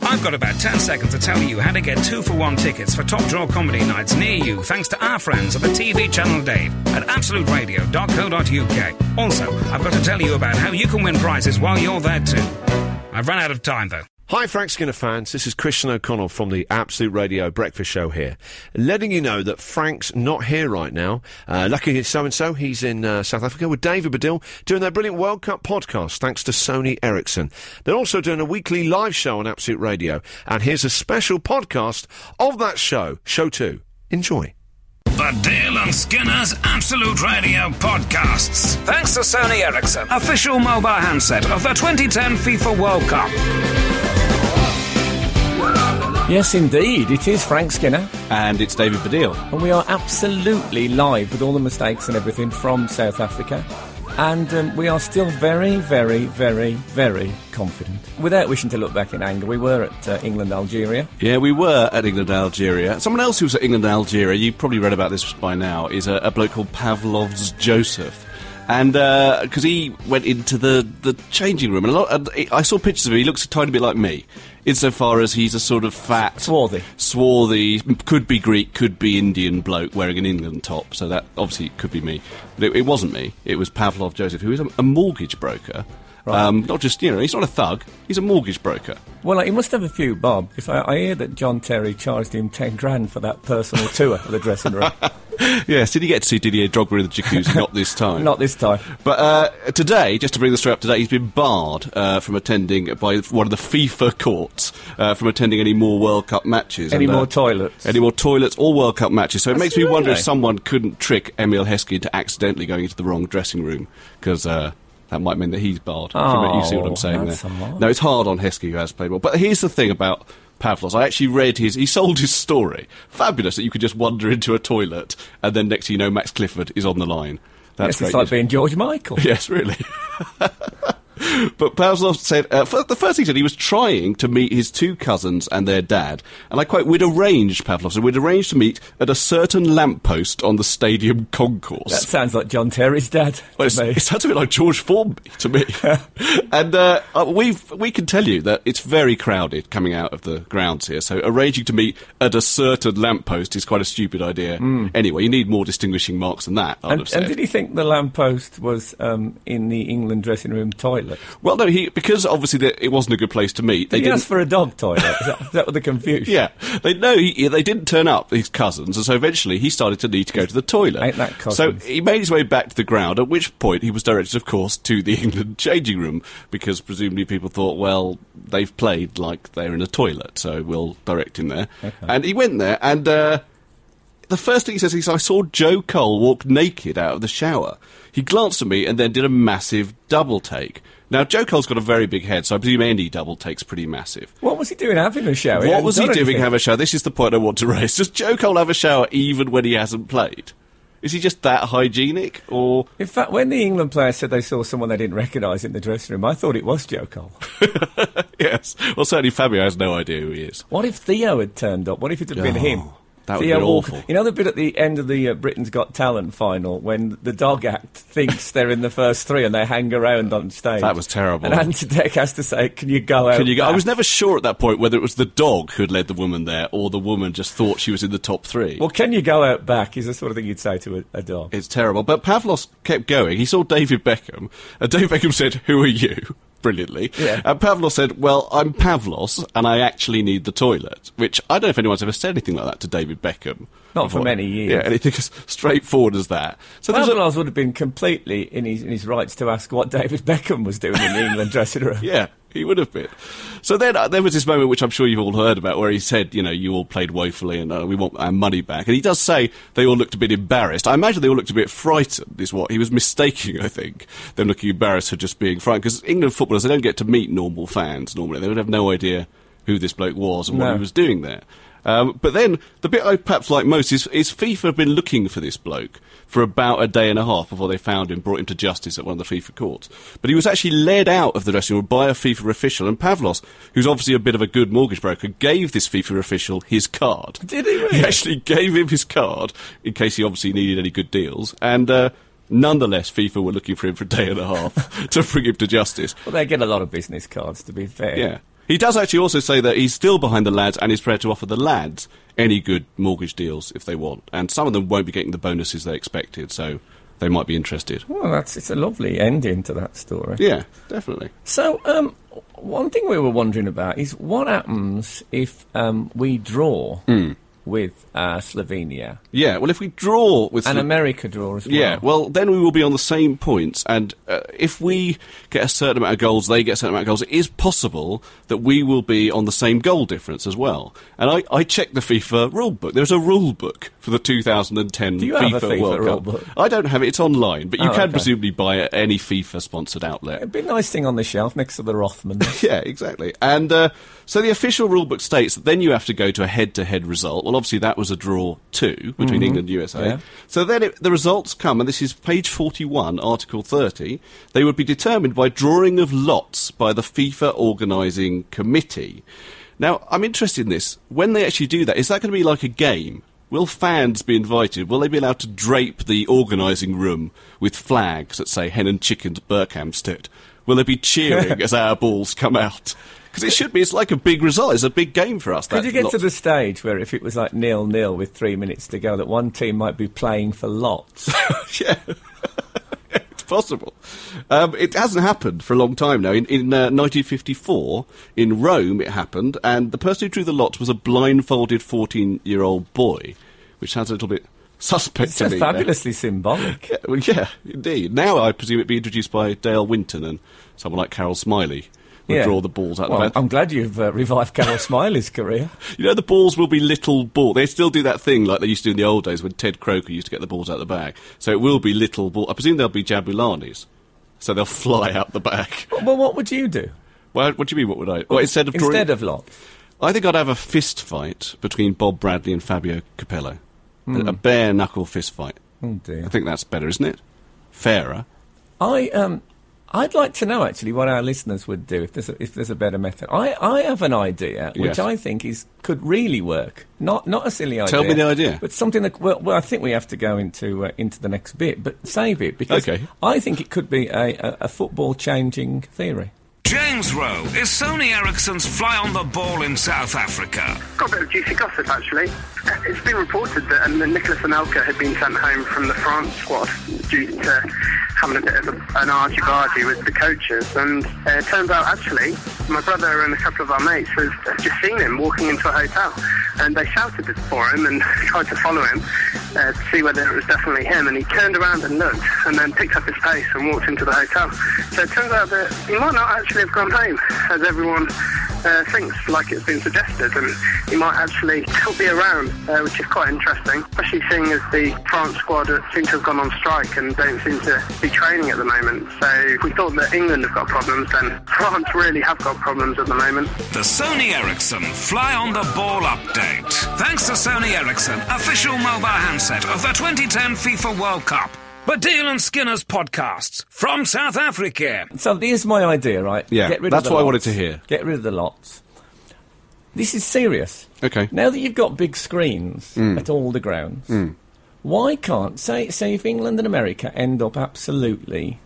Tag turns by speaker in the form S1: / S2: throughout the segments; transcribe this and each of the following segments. S1: I've got about 10 seconds to tell you how to get two for one tickets for top draw comedy nights near you thanks to our friends at the TV channel Dave at absoluteradio.co.uk. Also, I've got to tell you about how you can win prizes while you're there too. I've run out of time though.
S2: Hi, Frank Skinner fans. This is Christian O'Connell from the Absolute Radio Breakfast Show here, letting you know that Frank's not here right now. Uh, lucky it's so and so. He's in uh, South Africa with David Badil doing their brilliant World Cup podcast, thanks to Sony Ericsson. They're also doing a weekly live show on Absolute Radio, and here's a special podcast of that show, Show 2. Enjoy.
S1: The Dale and Skinner's Absolute Radio podcasts. Thanks to Sony Ericsson, official mobile handset of the 2010 FIFA World Cup.
S3: Yes, indeed. It is Frank Skinner.
S4: And it's David Badil.
S3: And we are absolutely live with all the mistakes and everything from South Africa. And um, we are still very, very, very, very confident. Without wishing to look back in anger, we were at uh, England Algeria.
S4: Yeah, we were at England Algeria. Someone else who was at England Algeria, you probably read about this by now, is a, a bloke called Pavlov's Joseph. And because uh, he went into the, the changing room, and a lot, and I saw pictures of him. He looks a tiny bit like me, insofar as he's a sort of fat,
S3: Swarthy.
S4: swarthy, could be Greek, could be Indian bloke wearing an England top. So that obviously could be me, but it, it wasn't me. It was Pavlov Joseph, who is a, a mortgage broker.
S3: Right.
S4: Um, not just you know, he's not a thug. He's a mortgage broker.
S3: Well, he must have a few bob, because I, I hear that John Terry charged him 10 grand for that personal tour of the dressing room.
S4: yes, did he get to see Didier Drogba in the jacuzzi? not this time.
S3: Not this time.
S4: But uh, today, just to bring the story up to date, he's been barred uh, from attending by one of the FIFA courts uh, from attending any more World Cup matches.
S3: Any
S4: And, uh,
S3: more toilets?
S4: Any more toilets or World Cup matches. So it makes me wonder if
S3: Absolutely.
S4: someone couldn't trick Emil Heskey into accidentally going into the wrong dressing room because. Uh, that might mean that he's barred.
S3: Oh,
S4: you see what I'm saying
S3: that's
S4: there?
S3: a lot.
S4: No, it's hard on Heskey who has played more. But here's the thing about Pavlos. I actually read his. He sold his story. Fabulous that you could just wander into a toilet and then next thing you know, Max Clifford is on the line. That's
S3: Yes,
S4: great.
S3: it's like
S4: news.
S3: being George Michael.
S4: Yes, really. But Pavlov said, uh, fir- the first thing he said, he was trying to meet his two cousins and their dad. And I quote, we'd arranged, Pavlov said, we'd arranged to meet at a certain lamppost on the stadium concourse.
S3: That sounds like John Terry's dad. to
S4: Well, it's,
S3: me.
S4: it sounds a bit like George Formby to me. and uh, uh, we've, we can tell you that it's very crowded coming out of the grounds here, so arranging to meet at a certain lamppost is quite a stupid idea. Anyway, you need more distinguishing marks than that, I would have
S3: Hmm. and,
S4: said.
S3: and did he think the lamppost was um, in the England dressing room toilet?
S4: Well, no, he because obviously the, it wasn't a good place to meet. They
S3: Did he
S4: didn't.
S3: ask for a dog toilet? is, that, is that what the confusion?
S4: yeah, they no, he, they didn't turn up his cousins, and so eventually he started to need to go to the toilet.
S3: Ain't that cousins.
S4: So he made his way back to the ground. At which point he was directed, of course, to the England changing room because presumably people thought, well, they've played like they're in a toilet, so we'll direct him there. And he went there, and uh, the first thing he says is, I saw Joe Cole walk naked out of the shower. He glanced at me and then did a massive double take. Now, Joe Cole's got a very big head, so I presume any double take's pretty massive.
S3: What was he doing having a shower?
S4: What
S3: hadn't
S4: was he
S3: done
S4: doing
S3: anything.
S4: have a shower? This is the point I want to raise. Does Joe Cole have a shower even when he hasn't played? Is he just that hygienic? Or
S3: In fact, when the England players said they saw someone they didn't recognise in the dressing room, I thought it was Joe Cole.
S4: yes. Well certainly Fabio has no idea who he is.
S3: What if Theo had turned up? What if it had been
S4: Oh,
S3: him?
S4: that would
S3: Theo
S4: be
S3: Walker-
S4: awful.
S3: You know the bit at the end of the uh, Britain's Got Talent final when the dog act thinks they're in the first three and they hang around on stage.
S4: That was terrible.
S3: And Antedeck has to say, "Can you go out?"
S4: Can you go? I
S3: back?"
S4: was never sure at that point whether it was the dog who had led the woman there or the woman just thought she was in the top three.
S3: Well, can you go out back? Is the sort of thing you'd say to a, a dog.
S4: It's terrible. But Pavlos kept going. He saw David Beckham, and David Beckham said, Who are you? Brilliantly.
S3: Yeah.
S4: And Pavlos said, Well, I'm Pavlos, and I actually need the toilet. Which I don't know if anyone's ever said anything like that to David Beckham.
S3: Not for
S4: before.
S3: many years.
S4: Yeah, anything as straightforward as that. So there's a-
S3: Pavlos would have been completely in his, in his rights to ask what David Beckham was doing in the England dressing room.
S4: Yeah, he would have been. So then uh, there was this moment, which I'm sure you've all heard about, where he said, you know, you all played woefully and uh, we want our money back. And he does say they all looked a bit embarrassed. I imagine they all looked a bit frightened, is what he was mistaking, I think, them looking embarrassed for just being frightened. Because England footballers, they don't get to meet normal fans normally. They would have no idea who this bloke was and what
S3: No.
S4: he was doing there. Um, but then the bit I perhaps like most is, is FIFA have been looking for this bloke for about a day and a half before they found him, brought him to justice at one of the FIFA courts. But he was actually led out of the dressing room by a FIFA official, and Pavlos, who's obviously a bit of a good mortgage broker, gave this FIFA official his card.
S3: Did he really?
S4: He actually gave him his card in case he obviously needed any good deals, and. Uh, Nonetheless, FIFA were looking for him for a day and a half to bring him to justice.
S3: Well, they get a lot of business cards, to be fair.
S4: Yeah. He does actually also say that he's still behind the lads and is prepared to offer the lads any good mortgage deals if they want. And some of them won't be getting the bonuses they expected, so they might be interested.
S3: Well, that's it's a lovely ending to that story.
S4: Yeah, definitely.
S3: So, um, one thing we were wondering about is what happens if um, we draw
S4: Hmm.
S3: with uh, Slovenia
S4: Yeah, well, if we draw with
S3: and
S4: Slo-
S3: America draw as well?
S4: Yeah, well, then we will be on the same points, and uh, if we get a certain amount of goals, they get a certain amount of goals, it is possible that we will be on the same goal difference as well. And I, I checked the FIFA rule book. There's a rule book for the 2010
S3: Do you
S4: FIFA,
S3: have a FIFA
S4: World
S3: rule
S4: Cup.
S3: book?
S4: I don't have it. It's online, but you
S3: Oh,
S4: can
S3: okay.
S4: presumably buy it at any FIFA-sponsored outlet.
S3: It'd be a nice thing on the shelf next to the Rothman.
S4: Yeah, exactly. And uh, so the official rule book states that then you have to go to a head to head result. Well, obviously, that was a draw two between England and USA.
S3: Mm-hmm. Yeah.
S4: So then it, the results come, and this is page 41, Article 30. They would be determined by drawing of lots by the FIFA organising committee. Now, I'm interested in this. When they actually do that, is that going to be like a game? Will fans be invited? Will they be allowed to drape the organising room with flags that say Hen and Chickens Berkhamsted? Will they be cheering as our balls come out? Because it should be. It's like a big result. It's a big game for us.
S3: Could
S4: that
S3: you get
S4: lots
S3: to the stage where if it was like nil nil with three minutes to go, that one team might be playing for lots?
S4: yeah. it's possible. Um, it hasn't happened for a long time now. In, in uh, 1954, in Rome, it happened, and the person who drew the lots was a blindfolded 14 year old boy, which sounds a little bit suspect
S3: it's
S4: to
S3: uh,
S4: me. you know.
S3: fabulously symbolic.
S4: Yeah, well, yeah, indeed. Now I presume it'd be introduced by Dale Winton and someone like Carol Smiley would
S3: Yeah.
S4: draw the balls out
S3: Well,
S4: of the
S3: I'm glad you've uh, revived Carol Smiley's career.
S4: You know, the balls will be little ball. They still do that thing like they used to do in the old days when Ted Croker used to get the balls out of the bag. So it will be little ball. I presume they'll be Jabulanis. So they'll fly out the back.
S3: Well, what would you do
S4: Well, what do you mean? What would I? Well, instead of drawing,
S3: instead of lots?
S4: I think I'd have a fist fight between Bob Bradley and Fabio Capello.
S3: Hmm.
S4: A, a bare knuckle fist fight.
S3: Oh dear.
S4: I think that's better, isn't it? Fairer.
S3: I um, I'd like to know actually what our listeners would do if there's a, if there's a better method. I, I have an idea which
S4: Yes.
S3: I think is could really work. Not not a silly idea.
S4: Tell me the idea.
S3: But something that well, well I think we have to go into uh, into the next bit, but save it because
S4: Okay.
S3: I think it could be a, a, a football changing theory.
S1: James Rowe is Sony Ericsson's fly on the ball in South Africa.
S5: Got a bit of juicy gossip actually. Uh, It's been reported that um, Nicholas Anelka had been sent home from the France squad due to having a bit of a, an argy bargy with the coaches. And uh, it turns out actually, my brother and a couple of our mates has have just seen him walking into a hotel, and they shouted it for him and tried to follow him uh, to see whether it was definitely him. And he turned around and looked, and then picked up his pace and walked into the hotel. So it turns out that he might not actually have gone home, as everyone uh, thinks, like it's been suggested, and he might actually still be around, uh, which is quite interesting, especially seeing as the France squad seem to have gone on strike and don't seem to be training at the moment. So if we thought that England have got problems, then France really have got problems at the moment.
S1: The Sony Ericsson Fly on the Ball update. Thanks to Sony Ericsson, official mobile handset of the 2010 FIFA World Cup. Badil and Skinner's podcasts from South Africa.
S3: So here's my idea, right?
S4: Yeah,
S3: Get rid
S4: that's
S3: of the
S4: what I
S3: lots.
S4: wanted to hear.
S3: Get rid of the lots. This is serious.
S4: Okay.
S3: Now that you've got big screens at all the grounds, why can't say say if England and America end up absolutely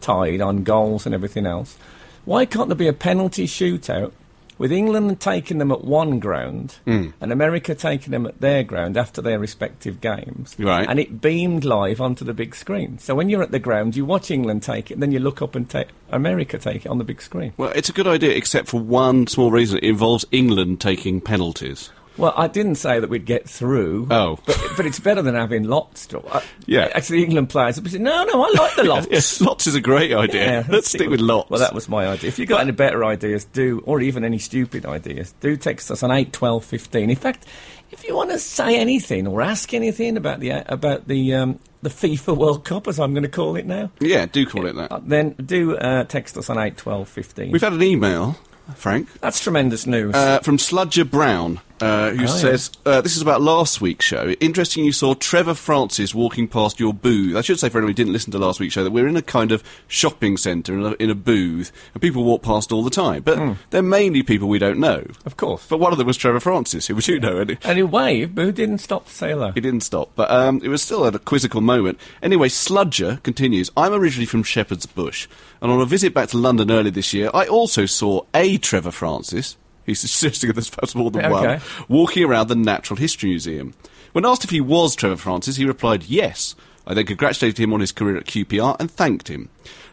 S3: tied on goals and everything else, why can't there be a penalty shootout with England taking them at one ground and America taking them at their ground after their respective games?
S4: Right.
S3: And it beamed live onto the big screen. So when you're at the ground, you watch England take it, and then you look up and take America take it on the big screen.
S4: Well, it's a good idea, except for one small reason. It involves England taking penalties.
S3: Well, I didn't say that we'd get through.
S4: Oh.
S3: but, but it's better than having lots. To, uh,
S4: Yeah.
S3: actually, England players. But no, no, I like the lots.
S4: Yes, lots is a great idea.
S3: Yeah,
S4: let's, stick with, lots.
S3: Well, that was my idea. If you've got any better ideas, do, or even any stupid ideas, do text us on eight twelve fifteen. In fact, if you want to say anything or ask anything about the uh, about the um, the FIFA World Cup, as I'm going to call it now,
S4: yeah, do call it that.
S3: uh, then do uh, text us on eight twelve fifteen.
S4: We've had an email, Frank,
S3: That's tremendous news.
S4: uh, from Sludger Brown. uh, who
S3: yeah.
S4: says, uh, This is about last week's show. Interesting you saw Trevor Francis walking past your booth. I should say for anyone who didn't listen to last week's show that we're in a kind of shopping centre in a, in a booth, and people walk past all the time. But they're mainly people we don't know.
S3: Of course.
S4: But one of them was Trevor Francis, who would you know? And it-
S3: And he waved, but he didn't stop to say hello.
S4: he didn't stop, but um, it was still a quizzical moment. Anyway, Sludger continues. I'm originally from Shepherd's Bush, and on a visit back to London earlier this year, I also saw a Trevor Francis. He's suggesting that there's perhaps more than one
S3: Okay.
S4: walking around the Natural History Museum. When asked if he was Trevor Francis, he replied yes. I then congratulated him on his career at QPR and thanked him.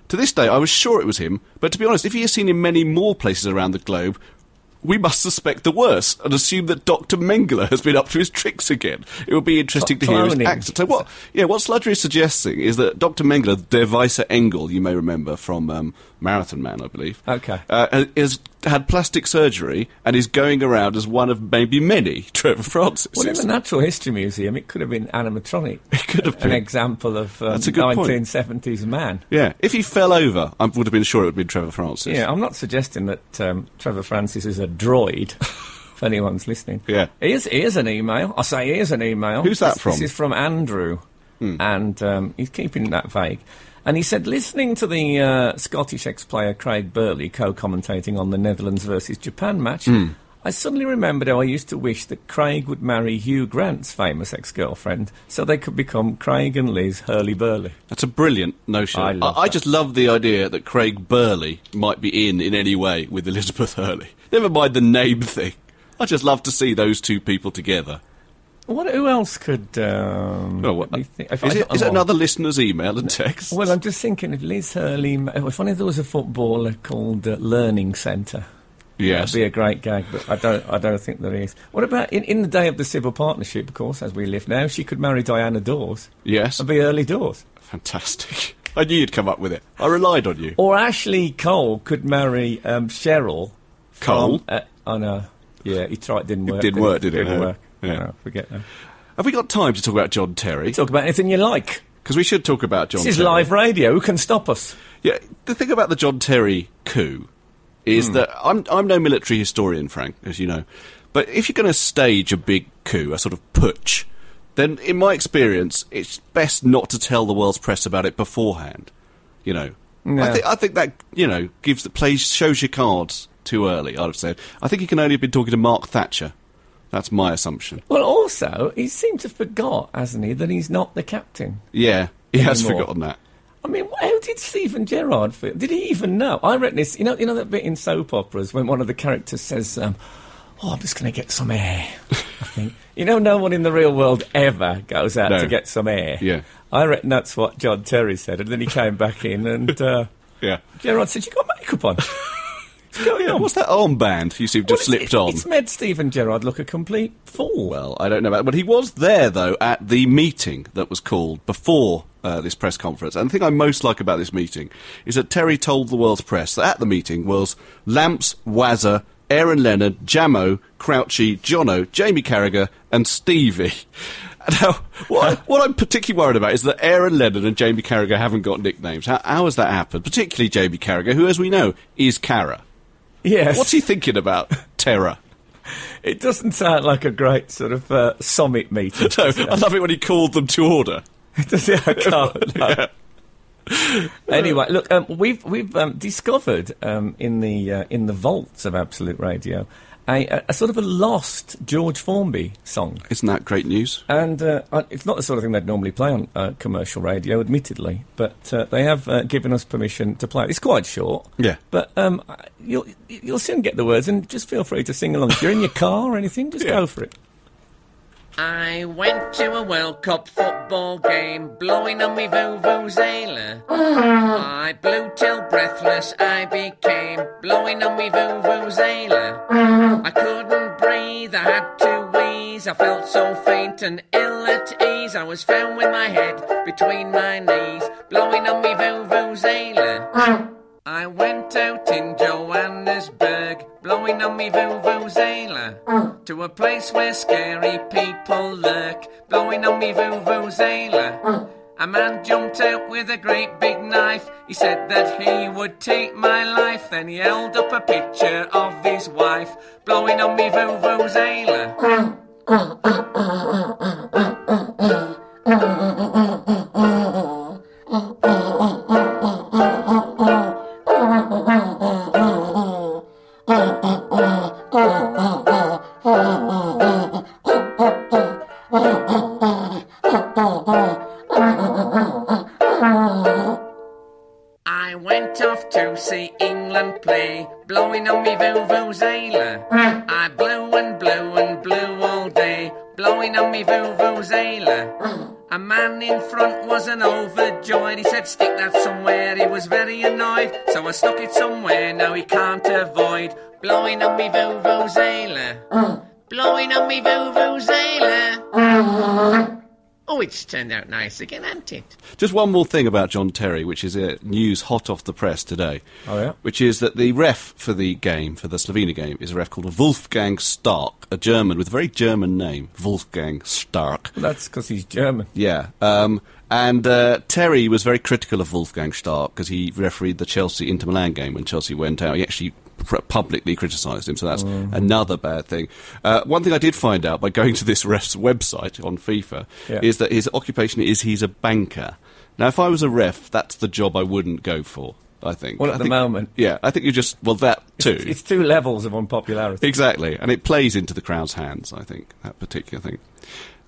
S4: To this day, I was sure it was him, but to be honest, if he is seen in many more places around the globe, we must suspect the worst and assume that Dr. Mengele has been up to his tricks again. It would be interesting to hear his
S3: Cloning.
S4: accent. So what? Yeah, what Sludger is suggesting is that Dr. Mengele, Der Weiße Engel, you may remember from um, Marathon Man, I believe.
S3: Okay.
S4: Uh, has had plastic surgery and is going around as one of maybe many Trevor Francis.
S3: Well, in the Natural History Museum, it could have been animatronic. It
S4: could have been.
S3: An example of um,
S4: That's a good point.
S3: 1970s man.
S4: yeah, if he fell over, I would have been sure it would be Trevor Francis.
S3: Yeah, I'm not suggesting that um, Trevor Francis is a droid, if anyone's listening.
S4: Yeah.
S3: Here's, here's an email. I say here's an email.
S4: Who's that
S3: This-
S4: from? Hmm.
S3: This is from Andrew, and um, he's keeping that vague. And he said, listening to the uh, Scottish ex-player Craig Burley co-commentating on the Netherlands versus Japan match,
S4: Hmm.
S3: I suddenly remembered how I used to wish that Craig would marry Hugh Grant's famous ex-girlfriend so they could become Craig and Liz Hurley-Burley.
S4: That's a brilliant notion.
S3: I love
S4: I
S3: that.
S4: just love the idea that Craig Burley might be in in any way with Elizabeth Hurley. Never mind the name thing. I just love to see those two people together.
S3: What? Who else could? Um,
S4: Oh, what-
S3: let me think. If
S4: Is
S3: I-
S4: it, is it
S3: oh,
S4: another listener's email and text?
S3: Well, I'm just thinking if Liz Hurley. If only there was a footballer called uh, Learning Centre. That'd
S4: yes.
S3: be a great gag, but I don't. I don't think there is. What about in, in the day of the civil partnership? Of course, as we live now, she could marry Diana Dawes
S4: Yes.
S3: and be early Dawes,
S4: Fantastic. I knew you'd come up with it. I relied on you.
S3: or Ashley Cole could marry um, Cheryl
S4: Cole?
S3: From, uh, I know. Yeah, he tried. Didn't work.
S4: didn't work, did it?
S3: Didn't
S4: No.
S3: work.
S4: Yeah.
S3: No, forget that.
S4: Have we got time to talk about John Terry?
S3: Talk about anything you like.
S4: Because we should talk about John
S3: This is
S4: Terry.
S3: live radio. Who can stop us?
S4: Yeah, the thing about the John Terry coup is that I'm I'm no military historian, Frank, as you know. But if you're going to stage a big coup, a sort of putsch, then in my experience, it's best not to tell the world's press about it beforehand. You know, I
S3: No.
S4: think I think that you know gives the plays shows your cards too early. I'd have said. I think he can only have been talking to Mark Thatcher. That's my assumption.
S3: Well, also, he seems to have forgot, hasn't he, that he's not the captain.
S4: Yeah, he has
S3: Anymore.
S4: forgotten that.
S3: I mean, wh- how did Stephen Gerrard feel? Did he even know? I reckon this. You know, you know that bit in soap operas when one of the characters says, um, "Oh, I'm just going to get some air." I think you know, no one in the real world ever goes out
S4: No.
S3: to get some air.
S4: Yeah.
S3: I reckon that's what John Terry said, and then he came back in, and uh,
S4: Yeah.
S3: Gerrard said, "You got makeup on." What's going on?
S4: What's that armband you seem to
S3: Well, it's-
S4: have slipped on?
S3: It's made Stephen Gerrard look a complete fool.
S4: Well, I don't know about, but he was there though at the meeting that was called before uh, this press conference. And the thing I most like about this meeting is that Terry told the world's press that at the meeting was Lamps, Wazza, Aaron Leonard, Jamo, Crouchy, Jono, Jamie Carragher, and Stevie. Now, what, I, what I'm particularly worried about is that Aaron Leonard and Jamie Carragher haven't got nicknames. How, how has that happened? Particularly Jamie Carragher, who, as we know, is Cara.
S3: yes.
S4: What's he thinking about? Terror.
S3: It doesn't sound like a great sort of uh, summit meeting.
S4: No, I love it when he called them to order.
S3: Does it? I can't. no. Anyway, look, um, we've we've um, discovered um, in the uh, in the vaults of Absolute Radio a, a, a sort of a lost George Formby song,
S4: Isn't that great news?
S3: and uh, I- it's not the sort of thing they'd normally play on uh, commercial radio, admittedly, but uh, they have uh, given us permission to play it. It's quite short,
S4: Yeah.
S3: but um, I- you'll you'll soon get the words, and just feel free to sing along. If you're in your car or anything, just
S4: Yeah.
S3: go for it.
S6: I went to a World Cup football game, blowing on me vuvuzela. I blew till breathless I became, blowing on me vuvuzela. I couldn't breathe, I had to wheeze. I felt so faint and ill at ease. I was found with my head between my knees, blowing on me vuvuzela. I went out in Johannesburg, blowing on me vuvuzela. To a place where scary people lurk, blowing on me vuvuzela. A man jumped out with a great big knife. He said that he would take my life. Then he held up a picture of his wife, blowing on me vuvuzela. I went off to see England play, blowing on me vuvuzela. I blew and blew and blew all day, blowing on me vuvuzela. A man in front was an overjoyed. He said, "Stick that somewhere." He was very annoyed, so I stuck it somewhere. Now he can't avoid blowing on me vuvuzela. Blowing on me vuvuzela. Oh, it's turned out nice again, hasn't it?
S4: Just one more thing about John Terry, which is uh, news hot off the press today.
S3: Oh, yeah?
S4: Which is that the ref for the game, for the Slovenia game, is a ref called Wolfgang Stark, a German with a very German name, Wolfgang Stark.
S3: That's because he's German.
S4: Yeah. Um, and uh, Terry was very critical of Wolfgang Stark because he refereed the Chelsea Inter Milan game when Chelsea went out. He actually pr- publicly criticised him, so that's
S3: Mm.
S4: another bad thing. Uh, one thing I did find out by going to this ref's website on FIFA
S3: Yeah.
S4: is that his occupation is he's a banker. Now, if I was a ref, that's the job I wouldn't go for. I think.
S3: Well, at
S4: I
S3: the
S4: think-
S3: moment.
S4: Yeah, I think you just well that too.
S3: It's two levels of unpopularity.
S4: Exactly, and it plays into the crowd's hands. I think that particular thing.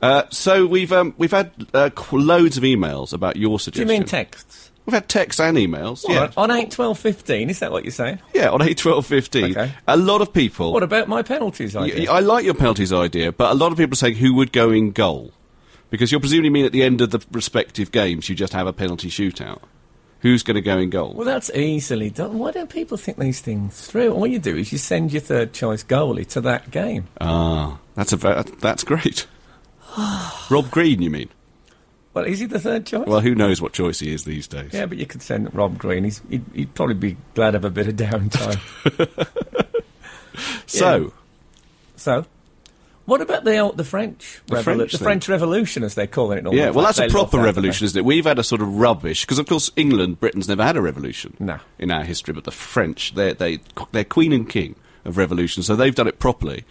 S4: Uh, so we've um, we've had uh, qu- loads of emails about your
S3: Do you
S4: suggestion.
S3: mean texts?
S4: We've had texts and emails. Yeah,
S3: What, On 8, 12, 15, is that what you're saying?
S4: yeah, on eight, twelve, fifteen.
S3: Okay.
S4: A lot of people.
S3: What about my penalties idea?
S4: Y- I like your penalties idea, but a lot of people are saying who would go in goal because you're presumably mean at the end of the respective games you just have a penalty shootout. Who's going to go in goal?
S3: Well, that's easily done. Why don't people think these things through? All you do is you send your third choice goalie to that game.
S4: Ah, that's a ve- that's great. Rob Green, you mean?
S3: Well, is he the third choice?
S4: Well, who knows what choice he is these days?
S3: yeah, but you could send Rob Green. He's, he'd, he'd probably be glad of a bit of downtime.
S4: so.
S3: Yeah. so, what about the old, the French
S4: The
S3: revolu-
S4: French
S3: the
S4: thing.
S3: French Revolution, as they're calling it? all
S4: Yeah,
S3: the
S4: well,
S3: time.
S4: that's a
S3: They love
S4: proper
S3: that, don't
S4: revolution, isn't it? We've had a sort of rubbish because, of course, England, Britain's never had a revolution
S3: No.
S4: in our history, but the French, they're, they, they're queen and king of revolution, so they've done it properly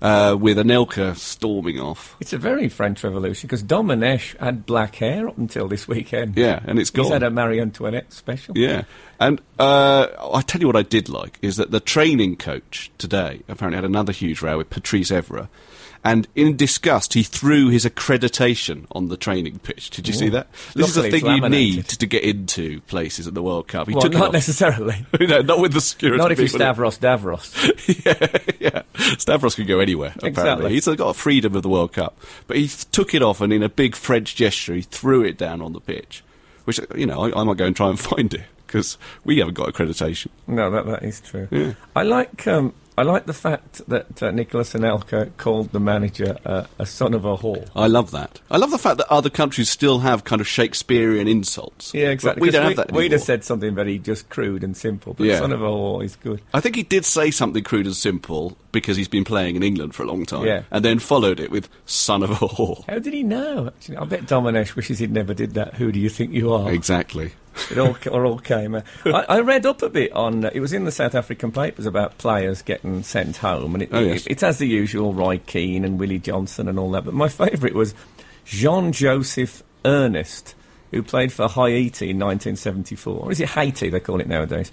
S4: uh, with Anelka storming off.
S3: they? It's a very French Revolution because Domenech had black hair up until this weekend.
S4: Yeah, and it's gone.
S3: He's had a Marie Antoinette special.
S4: Yeah, and uh, I tell you what I did like is that the training coach today apparently had another huge row with Patrice Evra, and in disgust he threw his accreditation on the training pitch. Did you see that? This
S3: Luckily, it's
S4: is the thing you
S3: laminated.
S4: need to get into places at the World Cup. He
S3: Well,
S4: took it
S3: not
S4: off.
S3: necessarily.
S4: no, not with the security.
S3: Not if you
S4: people.
S3: Stavros Davros.
S4: yeah, yeah. Stavros can go anywhere. Apparently,
S3: Exactly.
S4: he's got a freedom of the World Cup, but he th- took it off and in a big French gesture, he threw it down on the pitch. Which you know, I, I might go and try and find it because we haven't got accreditation.
S3: No, that that is true. I like um, I like the fact that uh, Nicholas Anelka called the manager uh, a son of a whore.
S4: I love that. I love the fact that other countries still have kind of Shakespearean insults.
S3: Yeah, exactly.
S4: We
S3: 'cause
S4: don't have that.
S3: We'd
S4: anymore.
S3: have said something very just crude and simple, but
S4: Yeah.
S3: son of a whore is good.
S4: I think he did say something crude and simple because he's been playing in England for a long time,
S3: Yeah.
S4: and then followed it with "son of a whore."
S3: How did he know? Actually, I bet Domenech wishes he'd never did that. Who do you think you are?
S4: Exactly.
S3: It all, it all came. out. I, I read up a bit on. Uh, it was in the South African papers about players getting sent home, and it,
S4: Oh, yes.
S3: it, it has the usual Roy Keane and Willie Johnson and all that. But my favourite was Jean Joseph Ernest, who played for Haiti in 1974, or is it Haiti they call it nowadays?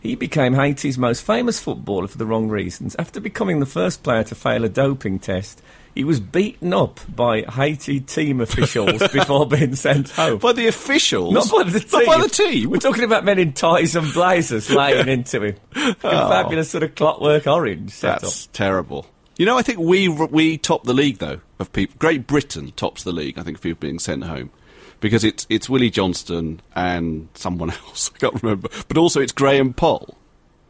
S3: He became Haiti's most famous footballer for the wrong reasons. After becoming the first player to fail a doping test, he was beaten up by Haiti team officials before being sent home.
S4: By the officials,
S3: Not by the
S4: Not
S3: team.
S4: by the team.
S3: We're talking about men in ties and blazers laying into him. Like A fabulous sort of clockwork orange setup.
S4: Oh. That's terrible. You know, I think we we top the league though of people. Great Britain tops the league. I think of people being sent home because it's it's Willie Johnston and someone else. I can't remember, but also it's Graham Poll.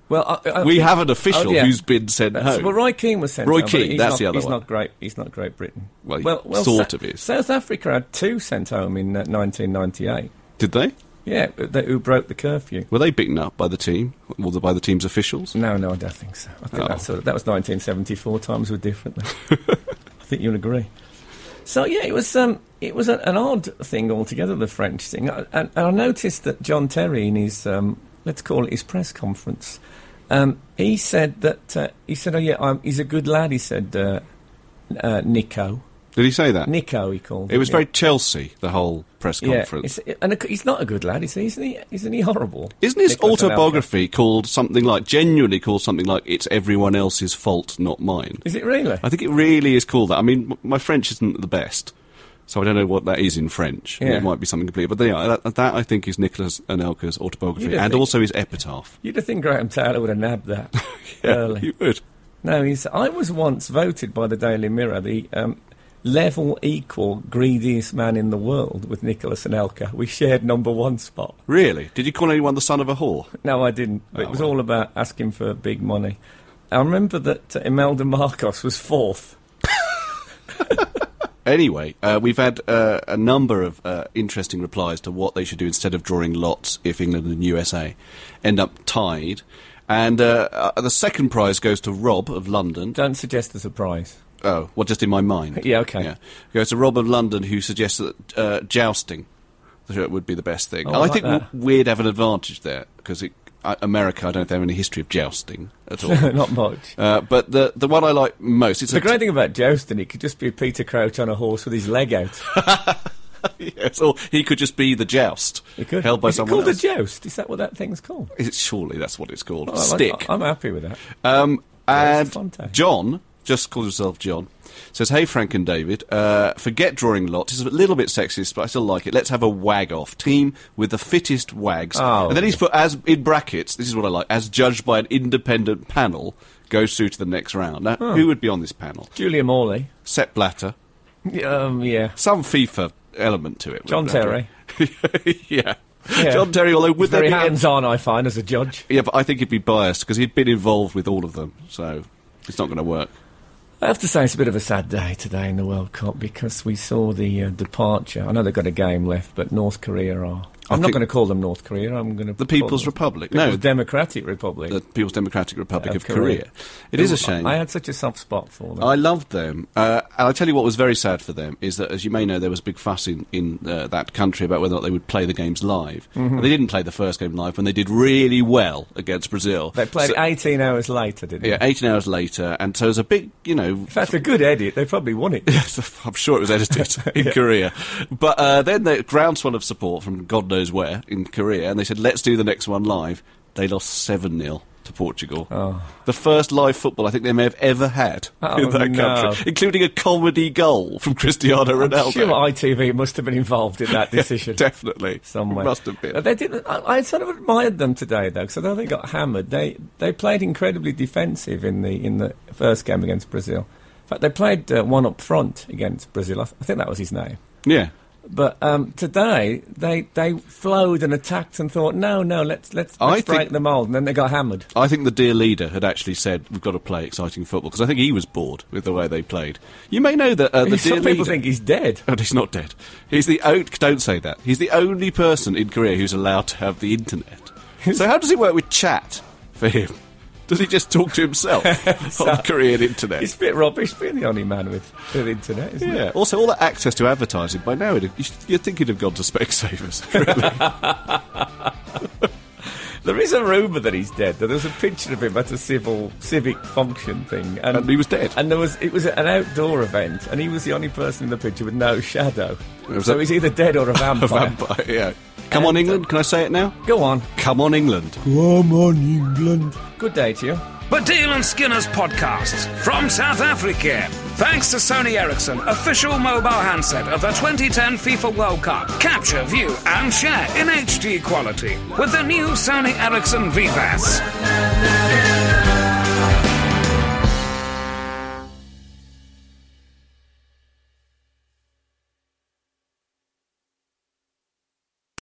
S3: Well, I, I,
S4: We have an official
S3: Oh, yeah.
S4: who's been sent
S3: That's-
S4: home.
S3: Well, Roy Keane was sent.
S4: Roy
S3: home, but
S4: Keane,
S3: he's
S4: that's
S3: not,
S4: the other
S3: He's
S4: one.
S3: not great. He's not Great Britain.
S4: Well, he sort of is.
S3: South Africa had two sent home in uh, 1998.
S4: Did they?
S3: Yeah, but they, who broke the curfew?
S4: Were they beaten up by the team or the, by the team's officials?
S3: No, no, I don't think so. I think
S4: Oh.
S3: that's sort of, that was 1974. Times were different. then. I think you'll agree. So yeah, it was um, it was a, an odd thing altogether, the French thing, I- and, and I noticed that John Terry in his um, let's call it his press conference, um, he said that uh, he said, "Oh yeah, i he's a good lad." He said, uh, uh, "Nico,
S4: Did he say that?
S3: Nico," he called.
S4: It was
S3: yeah.
S4: very Chelsea, the whole press
S3: yeah.
S4: conference.
S3: it's- and uh, he's not a good lad, is he? Isn't he? Isn't he horrible?
S4: Isn't his
S3: Nicolas Anelka.
S4: autobiography called something like, genuinely called something like, It's Everyone Else's Fault, Not Mine?
S3: Is it really?
S4: I think it really is called that. I mean, m- my French isn't the best, so I don't know what that is in French.
S3: Yeah.
S4: It might be something completely. But there you are. That, that, I think, is Nicholas Anelka's
S3: You
S4: autobiography
S3: don't
S4: and
S3: think-
S4: also his epitaph.
S3: You'd have think Graham Taylor would have nabbed that early.
S4: you would.
S3: No, he's. I was once voted by the Daily Mirror the um, level equal greediest man in the world with Nicholas Anelka. We shared number one spot.
S4: Really? Did you call anyone the son of a whore?
S3: No, I didn't. But it
S4: Oh,
S3: was
S4: well.
S3: all about asking for big money. I remember that uh, Imelda Marcos was fourth.
S4: Anyway, uh, we've had uh, a number of uh, interesting replies to what they should do instead of drawing lots if England and USA end up tied. And uh, uh, the second prize goes to Rob of London.
S3: Don't suggest a surprise.
S4: Oh, well, just in my mind.
S3: Yeah, okay.
S4: Goes to Rob of London, who suggests that uh, jousting would be the best thing.
S3: Oh,
S4: And
S3: I
S4: I
S3: like
S4: think
S3: that.
S4: w- we'd have an advantage there because America, I don't think, have any history of jousting at all.
S3: Not much.
S4: uh, but the the one I like most, it's
S3: The
S4: a
S3: great thing about jousting, it could just be Peter Crouch on a horse with his leg out.
S4: yes, or he could just be the joust
S3: It could.
S4: held by
S3: Is it
S4: someone
S3: called
S4: else.
S3: a joust? Is that what that thing's called?
S4: Is it- surely that's what it's called.
S3: Oh, I like-
S4: Stick.
S3: I, am happy with that.
S4: Um,
S3: Yeah,
S4: and
S3: it's Fonte.
S4: John just calls himself John. Says, "Hey Frank and David, uh, forget drawing lots. It's a little bit sexist, but I still like it. Let's have a wag off team with the fittest wags."
S3: Oh.
S4: And then he's put as in brackets. This is what I like. As judged by an independent panel, goes through to the next round. Now, who would be on this panel?
S3: Julia Morley.
S4: Sepp Blatter,
S3: Um, yeah.
S4: some FIFA element to it.
S3: John
S4: Blatter. yeah.
S3: Yeah.
S4: John Terry. Although
S3: With
S4: with
S3: very hands on, I find, as a judge.
S4: yeah, but I think he'd be biased because he'd been involved with all of them, so it's not going to work.
S3: I have to say, it's a bit of a sad day today in the World Cup because we saw the uh, departure. I know they've got a game left, but North Korea are. I'm not
S4: think-
S3: going to call them North Korea. I'm going to.
S4: The People's Republic.
S3: People's
S4: No.
S3: Democratic Republic.
S4: the People's Democratic Republic
S3: Of
S4: of, Korea.
S3: Korea.
S4: It is a shame.
S3: I
S4: I,
S3: had such a soft spot for them.
S4: loved them. Uh, and I'll tell you what was very sad for them is that, as you may know, there was big fuss in, in uh, that country about whether or not they would play the games live.
S3: Mm-hmm.
S4: And they didn't play the first game live when they did really well against Brazil.
S3: they played
S4: So-
S3: 18 hours later, didn't
S4: yeah,
S3: they?
S4: 18 hours later. And so it was a big, you know,
S3: In fact, a good edit. They probably won it.
S4: Yes, I'm sure it was edited in Korea. But uh, then the groundswell of support from God knows where in Korea, and they said, let's do the next one live. They lost 7 0 to Portugal. The first live football I think they may have ever had
S3: Oh,
S4: in that
S3: no.
S4: country, including a comedy goal from Cristiano Ronaldo.
S3: Sure, ITV must have been involved in that decision.
S4: Definitely.
S3: somewhere.
S4: It must have been.
S3: Uh, They didn't. I, I sort of admired them today, though, because although they got hammered, they they played incredibly defensive in the in the first game against Brazil. In fact, they played uh, one up front against Brazil. I, th- I think that was his name.
S4: yeah.
S3: But um, today they they flowed and attacked and thought, no, no, let's let's,
S4: I
S3: let's
S4: think-
S3: break the mould, and then they got hammered.
S4: I think the dear leader had actually said, "We've got to play exciting football," because I think he was bored with the way they played. You may know that uh, the
S3: Some
S4: dear
S3: people
S4: leader.
S3: think he's dead.
S4: And he's not dead. He's the o- don't say that. He's the only person in Korea who's allowed to have the internet. so how does it work with chat for him? Does he just talk to himself on
S3: It's
S4: Korean internet?
S3: a bit rubbish being the only man with, with internet, isn't
S4: Yeah.
S3: it?
S4: Also, all that access to advertising by now, it'd- you should- you'd think he'd have gone to Specsavers. Really.
S3: There is a rumour that he's dead. though. There was a picture of him at a civil civic function thing,
S4: and he was dead.
S3: And there was it was an outdoor event, and he was the only person in the picture with no shadow.
S4: was
S3: So
S4: a-
S3: he's either dead or a vampire.
S4: A vampire. Yeah. Come on,
S3: And,
S4: England. Can I say it now?
S3: Go on.
S4: Come on, England.
S3: Come on, England. Good day to you.
S1: Badil and Skinner's podcast from South Africa. Thanks to Sony Ericsson, official mobile handset of the 2010 FIFA World Cup. Capture, view, and share in HD quality with the new Sony Ericsson VVAS.